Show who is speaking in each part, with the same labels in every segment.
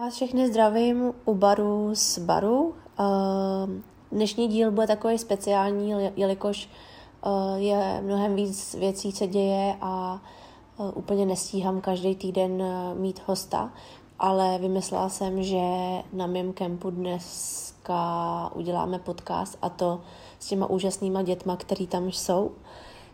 Speaker 1: vás všechny zdravím u baru z baru. Ehm, Dnešní díl bude takový speciální, jelikož eh, je mnohem víc věcí, co děje a eh, úplně nestíhám každý týden eh, mít hosta, ale vymyslela jsem, že na mém kempu dneska uděláme podcast a to s těma úžasnýma dětma, který tam jsou.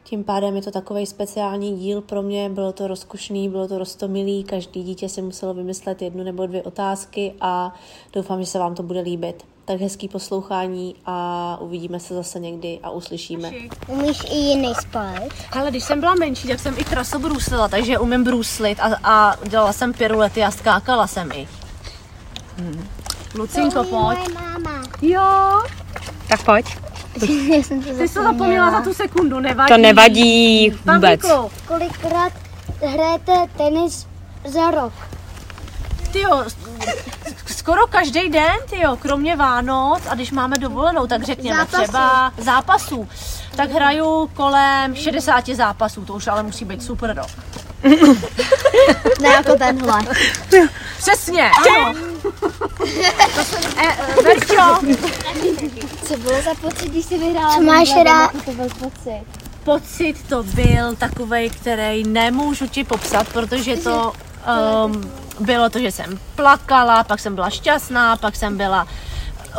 Speaker 1: Tím pádem je to takový speciální díl pro mě, bylo to rozkušný, bylo to rostomilý, každý dítě si muselo vymyslet jednu nebo dvě otázky a doufám, že se vám to bude líbit. Tak hezký poslouchání a uvidíme se zase někdy a uslyšíme.
Speaker 2: Umíš i jiný sport?
Speaker 1: Hele, když jsem byla menší, tak jsem i krasobruslila, takže umím bruslit a, a dělala jsem pirulety a skákala jsem i. Hmm. Lucinko, pojď.
Speaker 2: moje máma.
Speaker 1: Jo,
Speaker 3: Tak pojď.
Speaker 2: Já jsem to
Speaker 1: ty jsi to zapomněla za tu sekundu, nevadí.
Speaker 3: To nevadí vůbec.
Speaker 1: Pavlíku,
Speaker 2: Kolikrát hrajete tenis za rok?
Speaker 1: Ty jo, skoro každý den, ty jo, kromě Vánoc a když máme dovolenou, tak řekněme
Speaker 2: Zápasů.
Speaker 1: třeba zápasů, tak hraju kolem 60 zápasů, to už ale musí být super rok.
Speaker 2: Ne, jako tenhle.
Speaker 1: Přesně, ano. eh, Verčo,
Speaker 2: Co bylo za pocit, když jsi vyhrála? Co máš rád? To byl pocit.
Speaker 1: pocit to byl takovej, který nemůžu ti popsat, protože to um, bylo to, že jsem plakala, pak jsem byla šťastná, pak jsem byla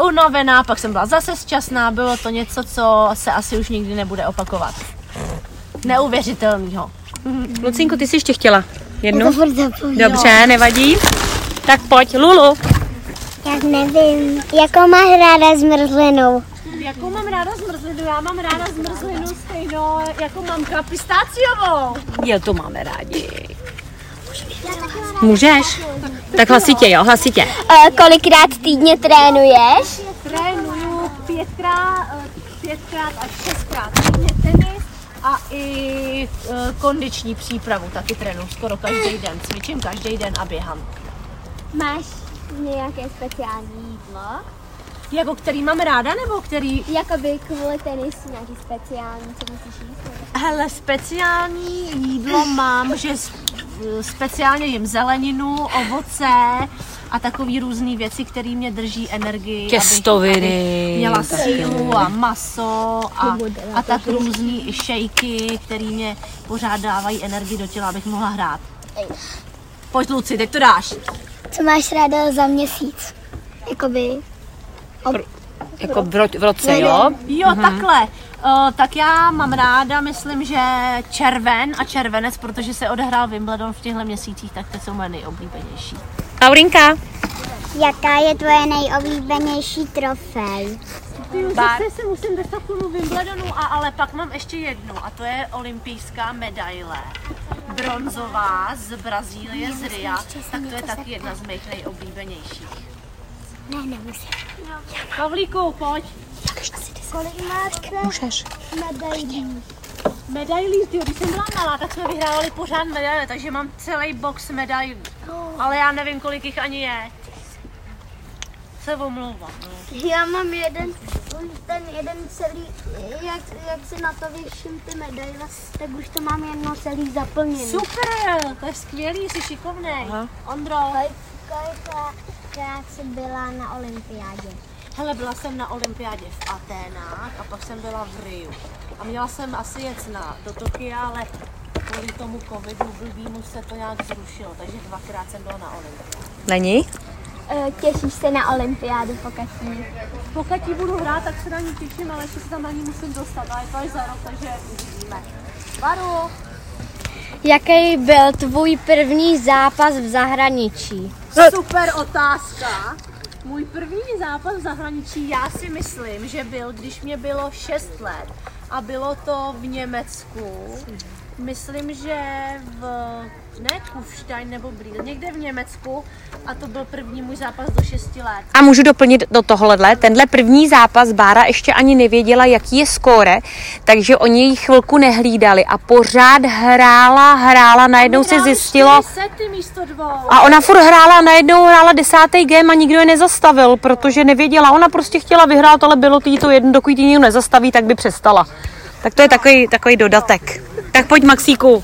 Speaker 1: unavená, pak jsem byla zase šťastná, bylo to něco, co se asi už nikdy nebude opakovat. Neuvěřitelného.
Speaker 3: Lucinko, ty jsi ještě chtěla jednu?
Speaker 1: No.
Speaker 2: To furt zapomínám.
Speaker 3: Dobře, nevadí. Tak pojď, Lulu.
Speaker 2: Já nevím. Jakou máš ráda zmrzlinou?
Speaker 1: Jakou mám ráda zmrzlinu? Já mám ráda zmrzlinu stejnou jako mamka pistáciovou.
Speaker 3: Jo, to máme rádi. Můžeš? Tak hlasitě, jo, hlasitě.
Speaker 2: Eh, kolikrát týdně trénuješ?
Speaker 1: Trénuju pětkrát, eh, pětkrát až šestkrát týdně tenis a i eh, kondiční přípravu taky trénuju skoro každý den. Cvičím každý den a běhám.
Speaker 2: Máš nějaké speciální jídlo?
Speaker 1: Jako který mám ráda nebo který?
Speaker 2: Jakoby kvůli tenisu nějaký speciální, co musíš jíst?
Speaker 1: Hele, speciální jídlo mám, že s- eh, speciálně jim zeleninu, ovoce a takový různé věci, které mě drží energii. abych-
Speaker 3: Těstoviny.
Speaker 1: měla sílu a maso a, a tak různý i šejky, který mě pořád dávají energii do těla, abych mohla hrát. Pojď Luci, teď to dáš.
Speaker 2: Co máš ráda za měsíc? Jakoby
Speaker 3: Jako v ro- v roce, jo?
Speaker 1: Jo, takhle. Uh, tak já mám ráda, myslím, že červen a červenec, protože se odehrál Wimbledon v těchto měsících, tak ty jsou moje nejoblíbenější.
Speaker 3: Laurinka.
Speaker 2: Jaká je tvoje nejoblíbenější trofej?
Speaker 1: Ty
Speaker 3: Bar.
Speaker 1: zase se musím dostat k tomu Wimbledonu, a, ale pak mám ještě jednu a to je olympijská medaile. Bronzová z Brazílie, z Ria, tak to je taky jedna z mých nejoblíbenějších.
Speaker 2: Ne, nemusím.
Speaker 1: Pavlíku, pojď.
Speaker 2: Kolik máte
Speaker 3: Můžeš.
Speaker 2: medailí?
Speaker 1: Medailí, ty, když jsem byla malá, tak jsme vyhrávali pořád medaile, takže mám celý box medailí. Ale já nevím, kolik jich ani je. Se omlouvám. no.
Speaker 2: Já mám jeden, ten jeden celý, jak, jak se na to vyším ty medaile, tak už to mám jedno celý zaplněný.
Speaker 1: Super, to je skvělý, jsi šikovnej.
Speaker 3: Aha.
Speaker 1: Ondro.
Speaker 2: Kolikrát jsi byla na olympiádě?
Speaker 1: Hele, byla jsem na olympiádě v Aténách a pak jsem byla v Riu. A měla jsem asi jet na, do Tokia, ale kvůli tomu covidu blbýmu se to nějak zrušilo, takže dvakrát jsem byla na olympiádě.
Speaker 3: Není?
Speaker 2: Eh, Těšíš se na olympiádu pokaždé?
Speaker 1: Pokud ji budu hrát, tak se na ní těším, ale ještě se tam na ní musím dostat, ale to je za rok, takže uvidíme. Baru!
Speaker 2: Jaký byl tvůj první zápas v zahraničí?
Speaker 1: Super otázka. Můj první zápas v zahraničí, já si myslím, že byl, když mě bylo 6 let a bylo to v Německu. Myslím, že v ne Kufstein nebo Brýl, někde v Německu a to byl první můj zápas do 6 let.
Speaker 3: A můžu doplnit do tohohle. Tenhle první zápas Bára ještě ani nevěděla, jaký je skóre, takže oni ji chvilku nehlídali a pořád hrála, hrála, najednou se
Speaker 1: Hráli
Speaker 3: zjistilo,
Speaker 1: čtyři sety místo dvou.
Speaker 3: A ona furt hrála, najednou hrála desátý game a nikdo je nezastavil, protože nevěděla. Ona prostě chtěla vyhrát, ale bylo to jí to jedno, dokud ji nikdo nezastaví, tak by přestala. Tak to je takový, takový dodatek. Tak pojď Maxíku.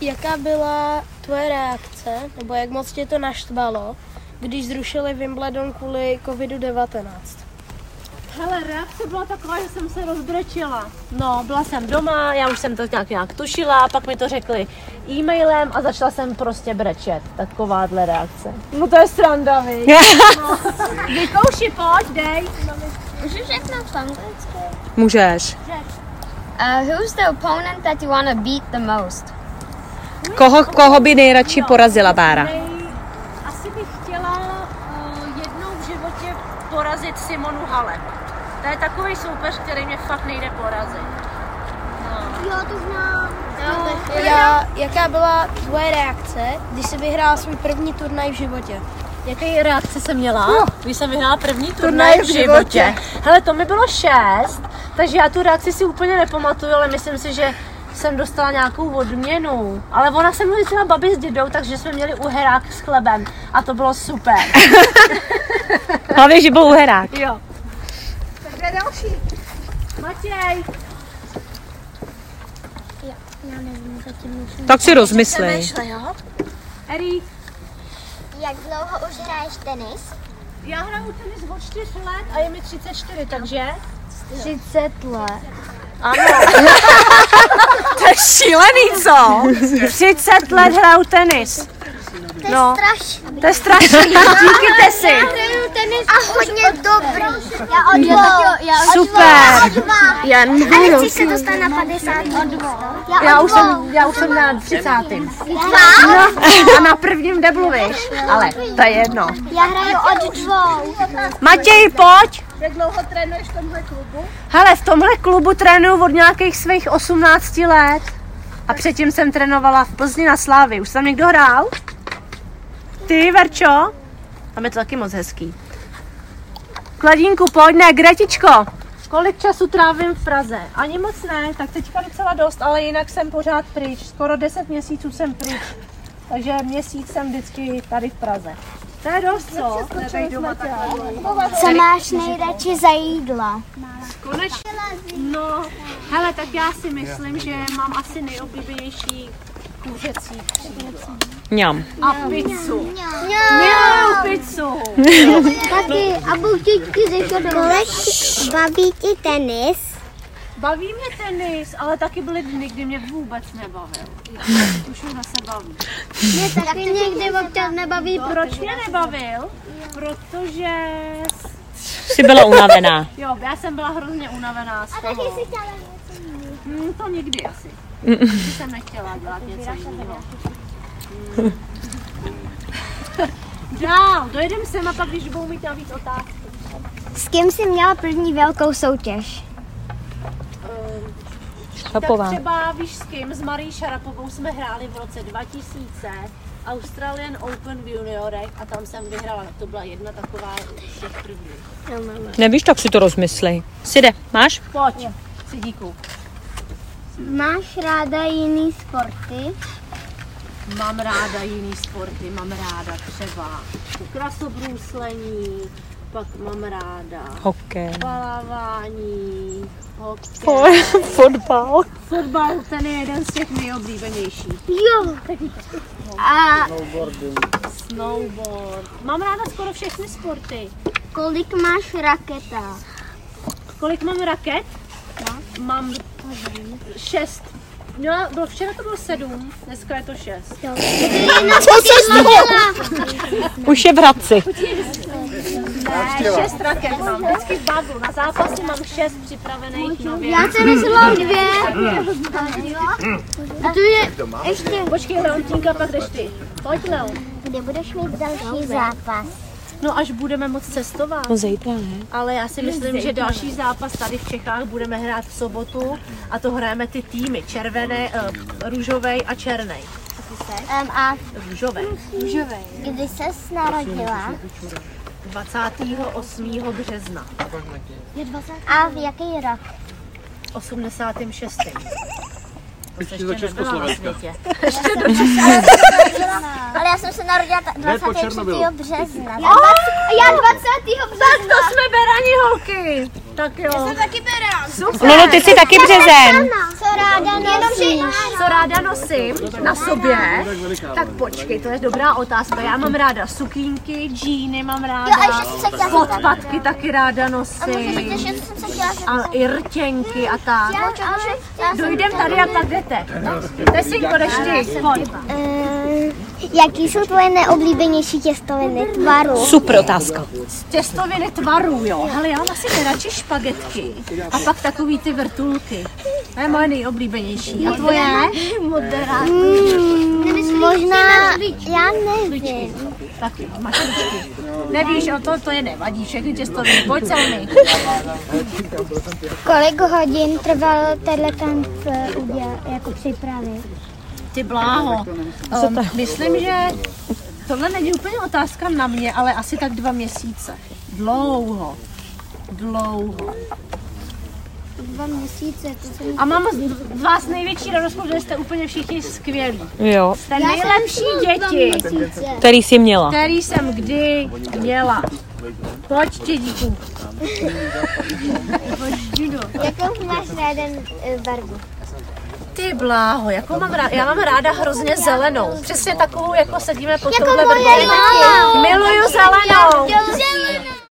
Speaker 4: Jaká byla tvoje reakce, nebo jak moc tě to naštvalo, když zrušili Wimbledon kvůli covidu-19?
Speaker 5: Hele, reakce byla taková, že jsem se rozbrečela. No, byla jsem doma, já už jsem to nějak, nějak tušila, pak mi to řekli e-mailem a začala jsem prostě brečet. Takováhle reakce. No to je sranda, viď? Vykouši, pojď, dej.
Speaker 6: Můžu řeknout v anglicky?
Speaker 3: Můžeš.
Speaker 6: Uh, who's the opponent that you want to beat the most?
Speaker 3: Koho, koho by nejradši porazila Bára?
Speaker 5: Nej, asi bych chtěla uh, jednou v životě porazit Simonu Halep. To je takový soupeř, který mě fakt nejde porazit.
Speaker 2: Jo, to znám.
Speaker 4: Já, jaká byla tvoje reakce, když jsi vyhrál svůj první turnaj v životě?
Speaker 5: Jaký reakce jsem měla, když jsem vyhrála první turnaj
Speaker 4: Turnaj
Speaker 5: v
Speaker 4: v
Speaker 5: životě? Hele, to mi bylo šest, takže já tu reakci si úplně nepamatuju, ale myslím si, že jsem dostala nějakou odměnu. Ale ona se mluví třeba babi s dědou, takže jsme měli uherák s chlebem a to bylo super.
Speaker 3: Hlavně, že byl uherák.
Speaker 5: Jo. Takže další. Matěj,
Speaker 2: Já nevím, zatím nic.
Speaker 3: Tak si rozmyslej.
Speaker 5: Erik,
Speaker 2: Jak dlouho už hraješ tenis?
Speaker 5: já hraju tenis od 4 let a je mi 34, takže...
Speaker 2: 30 let.
Speaker 3: To je šílený, co?
Speaker 5: 30 let hraju tenis.
Speaker 2: To je no. strašný.
Speaker 5: To je strašný, díky si.
Speaker 2: Hraju tenis a hodně dobrý. Já od dvou. Já
Speaker 3: Super.
Speaker 2: od dva.
Speaker 5: Já,
Speaker 2: Ale chci se dostat na 50 od dvou. Já,
Speaker 5: já, už jsem, já už jsem na 30.
Speaker 2: Dva?
Speaker 5: A na prvním deblu, víš? Ale to je jedno.
Speaker 2: Já hraju od dvou.
Speaker 3: Matěj, pojď!
Speaker 4: Jak dlouho trénuješ v tomhle klubu?
Speaker 5: Hele, v tomhle klubu trénuju od nějakých svých 18 let. A předtím jsem trénovala v Plzni na Slávy. Už tam někdo hrál? Ty, Verčo? Tam je to taky moc hezký. Kladínku, pojď, ne, Gretičko. Kolik času trávím v Praze? Ani moc ne, tak teďka docela dost, ale jinak jsem pořád pryč. Skoro 10 měsíců jsem pryč. Takže měsíc jsem vždycky tady v Praze. To je dost, co?
Speaker 2: Co máš nejradši za jídla?
Speaker 5: Konečně. No, hele, tak já si myslím, že mám asi nejoblíbenější kuřecí
Speaker 3: Mňam.
Speaker 5: a pizzu.
Speaker 2: Jo.
Speaker 5: Pizzu.
Speaker 2: Taky, a buchtičky ze šodoleky. Baví ti tenis?
Speaker 5: Baví mě tenis, ale taky byly dny, kdy mě vůbec nebavil. Už mě zase baví.
Speaker 2: Mě taky někdy občas nebaví,
Speaker 5: Proč mě nebavil? Protože... s-
Speaker 3: Jsi byla unavená.
Speaker 5: Jo, já jsem byla hrozně unavená z toho. Hmm, to nikdy asi. Nikdy jsem nechtěla dělat něco jiného. Hmm. Dál, dojedem sem a pak, když budou mít navíc otázky.
Speaker 2: S kým jsi měla první velkou soutěž?
Speaker 3: Chapová.
Speaker 5: Tak třeba víš s kým, s Marí Šarapovou jsme hráli v roce 2000 Australian Open v juniorech a tam jsem vyhrála. To byla jedna taková z těch prvních.
Speaker 3: Nevíš, tak si to rozmyslej. Side, máš?
Speaker 5: Pojď, Sidíku.
Speaker 2: Máš ráda jiný sporty?
Speaker 5: Mám ráda jiný sporty, mám ráda třeba krasobruslení, pak mám ráda
Speaker 3: Hokej.
Speaker 5: plavání, hokej,
Speaker 3: Fo- Fotbal.
Speaker 5: fotbal, ten je jeden z těch nejoblíbenějších.
Speaker 2: Jo. A
Speaker 5: Snowboard. Mám ráda skoro všechny sporty.
Speaker 2: kolik máš raketa?
Speaker 5: Kolik mám raket? Mám šest. Měla, bylo, včera to bylo sedm, dneska je to šest.
Speaker 3: Co se stalo? Už je v Hradci.
Speaker 5: Ne, šest raket mám. Vždycky v baglu. Na zápasy mám šest připravených nově.
Speaker 2: Já jsem myslela dvě. A tu je ještě.
Speaker 5: Počkej, Leontínka, pak jdeš ty. Pojď, Leon.
Speaker 2: Kde budeš mít další zápas?
Speaker 5: No, až budeme moc cestovat.
Speaker 3: No zítra ne.
Speaker 5: Ale já si myslím, že další zápas tady v Čechách budeme hrát v sobotu a to hrajeme ty týmy. Červené, eh, růžovej a černej.
Speaker 2: Um, a
Speaker 5: Růžovej.
Speaker 2: kdy ses narodila?
Speaker 5: 28. března.
Speaker 2: A v jaký rok?
Speaker 5: 86. Ještě do Československa.
Speaker 2: Ale já jsem se narodila ta- 23. března. Já, dvac- já 20. března.
Speaker 5: To jsme berani holky! Tak jo.
Speaker 2: Taky berám.
Speaker 3: Lulu, No, ty jsi taky březen.
Speaker 2: Co ráda nosíš?
Speaker 5: Co ráda nosím na sobě? Tak počkej, to je dobrá otázka. Já mám ráda sukínky, džíny mám
Speaker 2: Jo, a
Speaker 5: ráda.
Speaker 2: ještě jsem se chtěla zeptat.
Speaker 5: Podpatky taky ráda
Speaker 2: A můžeš říct,
Speaker 5: nosím.
Speaker 2: ještě co jsem se chtěla zeptat.
Speaker 5: A i rtěnky a tak.
Speaker 2: Já, ale já jsem-
Speaker 5: Dojdem tady a pak jdete. Tesinko, jdeš ty. Pojď.
Speaker 2: Eh, Jaký jsou tvoje neoblíbenější těstoviny tvaru?
Speaker 3: Super otázka.
Speaker 5: Těstoviny tvarů, jo. Hele, já mám asi nejradši špagetky. A pak takový ty vrtulky. To je moje nejoblíbenější. A tvoje?
Speaker 2: Hmm, Možná, já nevím.
Speaker 5: Taky, máš ručky. Nevíš o to, to je nevadí, všechny těstoviny. Pojď se mi.
Speaker 2: Kolik hodin trval tenhle kemp eh, udělat, jako připravit?
Speaker 5: Ty bláho. Um, myslím, že tohle není úplně otázka na mě, ale asi tak dva měsíce. Dlouho. Dlouho.
Speaker 2: Dva měsíce, to jsem...
Speaker 5: A mám z vás největší radost, že jste úplně všichni skvělí.
Speaker 3: Jo,
Speaker 5: Jste nejlepší děti,
Speaker 2: Měsíce.
Speaker 3: který jsi měla.
Speaker 5: který jsem kdy měla. Pojďte, díku.
Speaker 2: Jakou máš ráda eh, barvu?
Speaker 5: Ty bláho, jakou mám ráda? Já mám ráda hrozně zelenou. Přesně takovou, jako sedíme pod
Speaker 2: Jako
Speaker 5: touhle
Speaker 2: moje
Speaker 5: vrbolí.
Speaker 2: máma.
Speaker 5: Miluju zelenou.
Speaker 2: Jo,